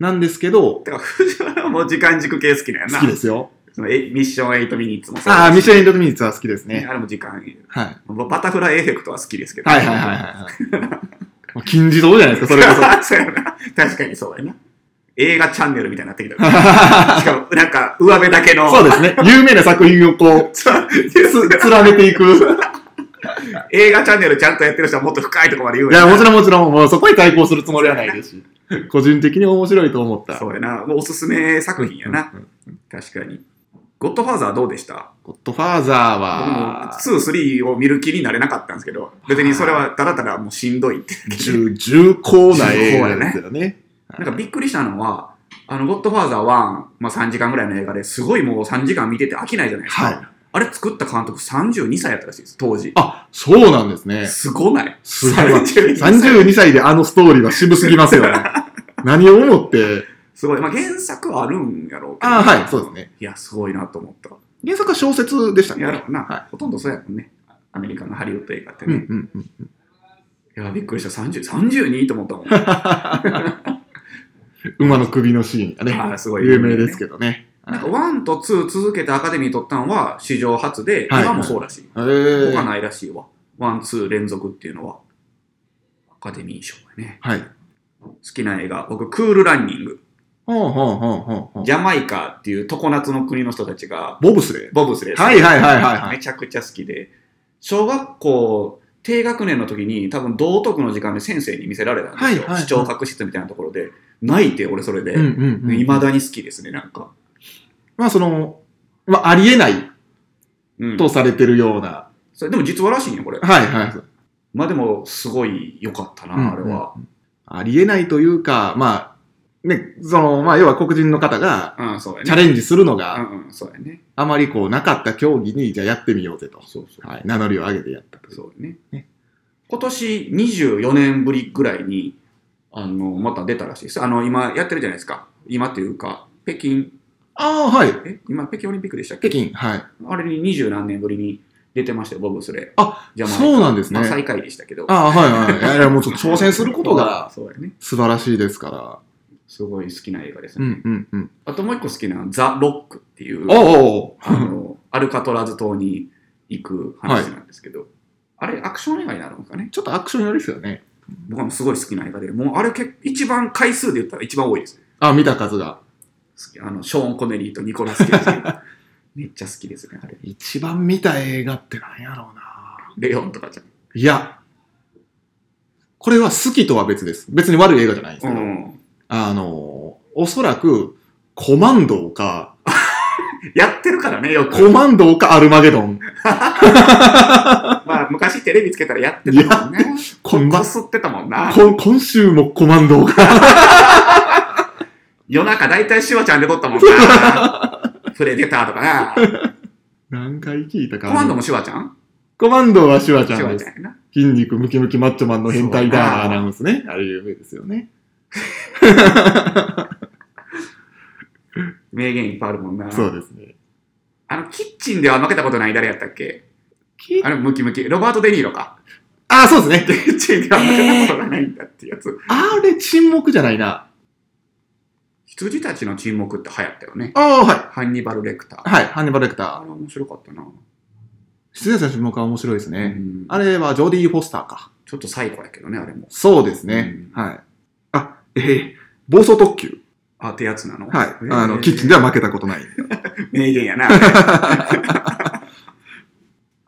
S1: なんですけど
S2: い。、てか、藤原も時間軸系好きだよ
S1: 好
S2: な。
S1: きですよ。
S2: そのえミッション8ミニッツもそうだし
S1: ああ、ミッションエンドミニッツは好きです
S2: ね
S1: ね。
S2: あれも時間。
S1: はい。
S2: バタフライエフェクトは好きですけど。
S1: はいはいはいはいはい。もう金字塔じゃないですか、それこそ。
S2: [LAUGHS] そ。そうやな。確かにそうやな。映画チャンネルみたいになってきた。しかも、なんか、上辺だけの。
S1: そうです [LAUGHS] ね。有名な作品をこう、つ、連ねていく。い
S2: 映画チャンネルちゃんとやってる人はもっと深いところまで言う
S1: や、もち
S2: ん
S1: ろんもちろん、もうそこに対抗するつもりはないですし、個人的に面白いと思った。
S2: そうやな。もうおすすめ作品やな。
S1: うんうん
S2: 確かに。ゴッドファーザーどうでした
S1: ゴッドファーザーは、
S2: 僕も2、3を見る気になれなかったんですけど、別にそれはただただもうしんどいって。
S1: 重、重厚な映画ですよね。
S2: なんかびっくりしたのは、あの、ゴッドファーザー1、まあ3時間ぐらいの映画ですごいもう3時間見てて飽きないじゃないですか。
S1: はい。
S2: あれ作った監督32歳やったらしいです、当時。
S1: あ、そうなんですね。
S2: すごない
S1: すごいわ
S2: 32歳
S1: 32歳であのストーリーは渋すぎますよね。 [LAUGHS] 何を思って。
S2: [LAUGHS] すごい。まあ原作はあるんやろうけど。
S1: あはい、そうですね。
S2: いや、すごいなと思った。
S1: 原作は小説でした
S2: や
S1: ね。
S2: ろうな、
S1: は
S2: ほとんどそうやもんね。アメリカのハリウッド映画って
S1: うん
S2: ね。
S1: うんうん。 [LAUGHS]
S2: いや、びっくりした。30、32と思ったもん。あ
S1: 馬の首のシーンがね、
S2: ーすごい
S1: 有名ですけどね。
S2: なんか1と2続けてアカデミー取ったのは史上初で、
S1: はい
S2: 今もそうらしい。
S1: えー
S2: 他ないらしいわ。1、2連続っていうのは、アカデミー賞やね。
S1: はい。
S2: 好きな映画、僕、クールランニング。
S1: ほうほうほうほうほう
S2: ジャマイカっていう常夏の国の人たちが、
S1: ボブスレー。
S2: ボブスレー
S1: はいはいはいはいはい
S2: めちゃくちゃ好きで、小学校低学年の時に多分道徳の時間で先生に見せられたんですよ。
S1: はいはいはい
S2: 視聴覚室みたいなところで。泣いて、俺それで。
S1: うんうんうん
S2: 未だに好きですね、なんか。
S1: まあその、まあありえない
S2: うん
S1: とされてるような。
S2: それでも実話らしいんよ、これ。
S1: はいはい。
S2: まあでも、すごい良かったな、
S1: うん
S2: あれは。
S1: ありえないというか、まあ、ね、その、まあ要は黒人の方が
S2: うん、そうや
S1: チャ
S2: ね。
S1: レンジするの
S2: う
S1: が
S2: ん、うん、そうやね。
S1: あまりこうなかった競技に、じゃあやってみようぜと。
S2: そうそ
S1: はい。名乗りを上げてやったと
S2: う。
S1: いう。
S2: そうやね
S1: ね。
S2: 今年24年ぶりぐらいに、あの、また出たらしいです。あの、今やってるじゃないですか。今っていうか、北京、
S1: ああ、はい。
S2: え今、北京オリンピックでしたっけ
S1: 北京。はい。
S2: あれに二十何年ぶりに出てましたよ、ボブスレー。
S1: あ、
S2: ジャマイカ
S1: そうなんですね
S2: まあ、。最下位でしたけど。
S1: ああ、はいはい。いやいや、もうちょっと挑戦することが
S2: そうやね。
S1: [LAUGHS] 素晴らしいですから。
S2: すごい好きな映画です
S1: う
S2: ね。
S1: んうんうん。
S2: あともう一個好きなのはザ・ロックっていう、
S1: おうおう
S2: あの、アルカトラズ島に行く話なんですけど、あれ、アクション映画になるのかね
S1: ちょっとアクション寄りですよね。
S2: 僕はもうすごい好きな映画で、もうあれ結構一番回数で言ったら一番多いです。
S1: あ、見た数が。
S2: 好き。あの、ショーン・コネリーとニコラス・
S1: [LAUGHS]
S2: ケイジ。めっちゃ好きですね、あれ。
S1: 一番見た映画ってなんやろうな
S2: レオンとかじゃ
S1: いや、これは好きとは別です。別に悪い映画じゃないんですけ
S2: ん。
S1: ど、
S2: うん。
S1: あの、おそらく、コマンドーか、
S2: やってるからね、よく。
S1: コマンドーかアルマゲドン。
S2: まあ、昔テレビつけたらやってたもんね。
S1: こん
S2: こ
S1: ば、
S2: すってたもんな。
S1: こ今週もコマンドーか。
S2: 夜中大体シワちゃんで撮ったもんな。
S1: [LAUGHS]
S2: プレデターとかな。
S1: 何回聞いたか
S2: コ
S1: な。
S2: マンドもシワちゃん
S1: コマンドーはシュワちゃ
S2: シ
S1: ん
S2: ワ
S1: で
S2: ち
S1: す
S2: ゃ。んやな。
S1: 筋肉ムキムキマッチョマンの変態
S2: そうやな
S1: だアナウンスね。あれ有名ですよね。
S2: 名言いっぱいあるもんな。
S1: そうですね。
S2: あの、キッチンでは負けたことない誰やったっけ
S1: き
S2: あれ、ムキムキ。ロバート・デ・ニー
S1: [LAUGHS]
S2: ロか。
S1: あ、そうです
S2: キ
S1: ね。
S2: ッチンでは負けたことがないんだってやつ。
S1: あれ沈黙じゃないな。
S2: 羊たちの沈黙って流行ったよね。
S1: ああ、は
S2: ハンニバル・レクター。
S1: い。はい。ハンニバルレクター
S2: あ。れ面白かったな。
S1: 出演者の沈黙は面白いです
S2: う
S1: ね。
S2: ん
S1: あれはジョディ・フォスターか。
S2: ちょっと最高やけどね、あれも。
S1: そうですね。
S2: う
S1: はい。あ、えー、暴走特急。
S2: あ、ってやつなの
S1: はい。あの、キッチン
S2: だ。
S1: では負けたことない。
S2: 名
S1: [LAUGHS]
S2: 言やな。あれ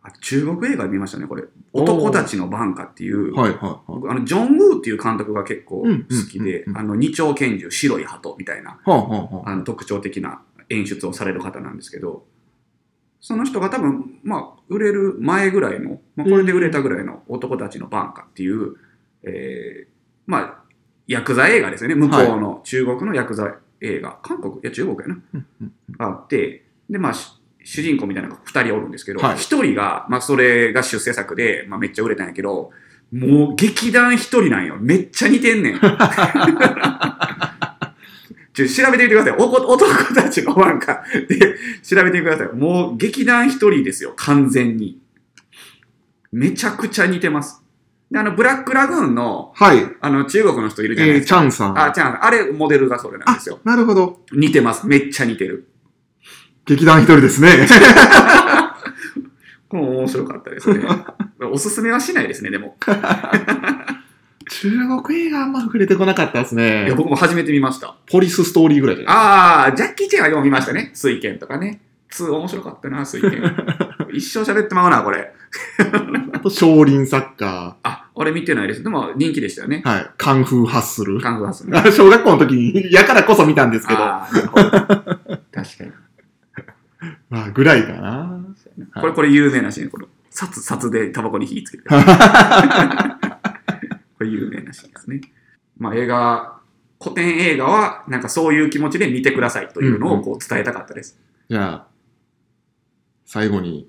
S2: あ中国映画見ましたね、これ。
S1: おー
S2: 男たちのバンカっていう。
S1: はい、はい、はい。
S2: 僕あのジョン・ウーっていう監督が結構
S1: うん
S2: 好きで
S1: うんう、ん
S2: あの二丁拳銃、白い鳩みたいな
S1: はあ、はあ、はあ。
S2: あの特徴的な演出をされる方なんですけど、その人が多分、まあ、売れる前ぐらいの、まあ、これで売れたぐらいの男たちのバンカっていう、えーまあ、ヤクザ映画ですよね、向こうの、中国のヤクザ映画、韓国、いや、中国やな、
S1: うんうん
S2: があって、で、まあ、し主人公みたいなのが2人おるんですけど、
S1: はい
S2: 一1人が、まあ、それが出世作で、まあ、めっちゃ売れたんやけど、もう劇団1人なんよ。めっちゃ似てんねん。 [LAUGHS] ちょ調べてみてください。おこ男たちのワンカで調べてみてください。もう劇団1人ですよ、完全に。めちゃくちゃ似てます。で、あの、ブラックラグーンの、
S1: はい。
S2: あの、中国の人いるじゃな
S1: え
S2: いで
S1: ー、
S2: す
S1: チ
S2: か。
S1: ャンさん。
S2: あ、ちゃん、あれ、モデルがそれなんですよ。
S1: なるほど。
S2: 似てます。めっちゃ似てる。
S1: 劇団一人ですね。
S2: これも面白かっ
S1: [LAUGHS]
S2: たですね。おすすめはしないですね、でも。
S1: [LAUGHS] 中国映画あんま触れてこなかったです
S2: い
S1: ね
S2: や、。僕も初めて見ました。
S1: ポリスストーリーぐらいじゃない
S2: あー、ジャッキー・チェンはよう見ましたね。水拳とかね。2面白かった
S1: [LAUGHS]
S2: な、水拳。一生喋ってまうな、これ。
S1: あと、少林サッカ
S2: あ、俺見てないです。でも人気でしたよね
S1: ー。。はい。カンフーハッスル。
S2: カンフーハスね。
S1: あ [LAUGHS] 小学校の時に、 [LAUGHS] やからこそ見たんですけど。
S2: あーな
S1: [LAUGHS]
S2: るほど確かに。
S1: まあ、ぐらいかな。はい
S2: これ、これ有名なシーン。この、札、札でタバコに火
S1: [LAUGHS]
S2: つけて。これ有名なシーンですね。まあ映画、古典映画は、なんかそういう気持ちで見てくださいというのをこう伝えたかったです。
S1: じゃあ、最後に、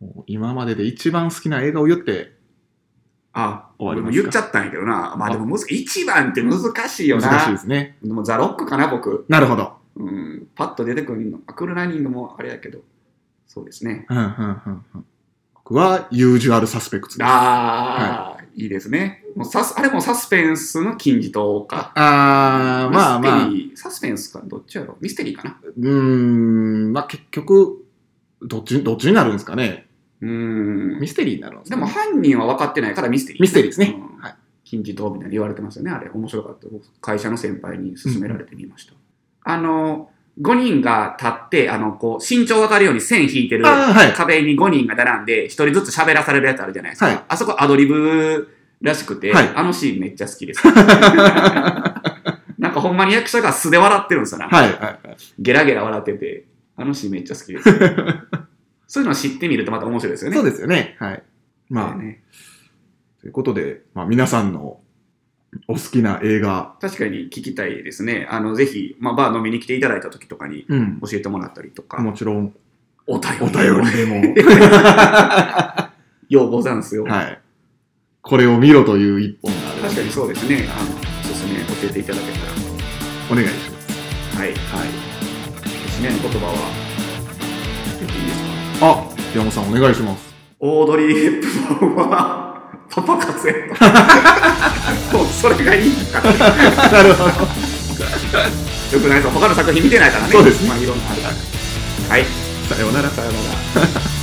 S1: もう今までで一番好きな映画を言って、
S2: あ、
S1: 終わ
S2: 俺
S1: り
S2: も
S1: ますか
S2: 言っちゃったんやけどな。まあでもむず、一番って難しいよな。
S1: 難しいですね。
S2: でもザ・ロックかな、僕。
S1: なるほど。
S2: うん。パッと出てくるの。あクールランニングもあれやけど。そうですね。
S1: うんうんうんうん僕は、ユージュアルサスペクツです。
S2: ああ、い、いですね。もうサスあれもサスペンスの金字塔か。
S1: あー、まあまあ
S2: ミステ、リーサスペンスか、どっちやろミステリーかな。
S1: うーん、まあ結局、どっち、どっちになるんですかね。
S2: うん。
S1: ミステリーになるんです
S2: で
S1: か
S2: も
S1: ね、
S2: 犯人は分かってないからミステリー。
S1: ミステリーですね
S2: うん
S1: はい
S2: 金字塔みたいに言われてますよね、あれ。面白かった。僕会社の先輩に勧められてみました。あの、5人が立って、あの、こう、身長分かるように線引いてる
S1: ああ、はい。
S2: 壁に5人が並んで、1人ずつ喋らされるやつあるじゃないですか。
S1: はい
S2: あそこアドリブらしくて、
S1: はい
S2: あのシーンめっちゃ好きです。
S1: [LAUGHS]
S2: なんかほんまに役者が素で笑ってるんですよな。
S1: はい、はいはい。
S2: ゲラゲラ笑ってて、あのシーンめっちゃ好きです。
S1: [LAUGHS]
S2: そういうのを知ってみるとまた面白いですよね。
S1: そうですよね。はい。まあ、
S2: ね
S1: ということで、まあ皆さんのお好きな映画、
S2: 確かに聞きたいですね。あの、ぜひ、まあ、バー飲みに来ていただいた時とかに
S1: うん。
S2: 教えてもらったりとか、
S1: もちろん、
S2: お便り。
S1: お便りで [LAUGHS] も。
S2: ようござんすよ。
S1: はい。これを見ろという一本がある
S2: 確かにそうですね。あの、おすすめ教えていただけたら。
S1: お願いします。
S2: はい。
S1: はい。
S2: 締めの言葉は、言っていいですか
S1: あ、山本さんお願いします。
S2: オードリー・ヘップバーンは、 [LAUGHS] パパ活やと。
S1: [LAUGHS]
S2: もうそれがいいから。よ
S1: なるほど。
S2: くないですよ他の作品見てないからね。
S1: そうですね
S2: まあ、いろんなあるから。はい。
S1: さようなら。
S2: さようなら。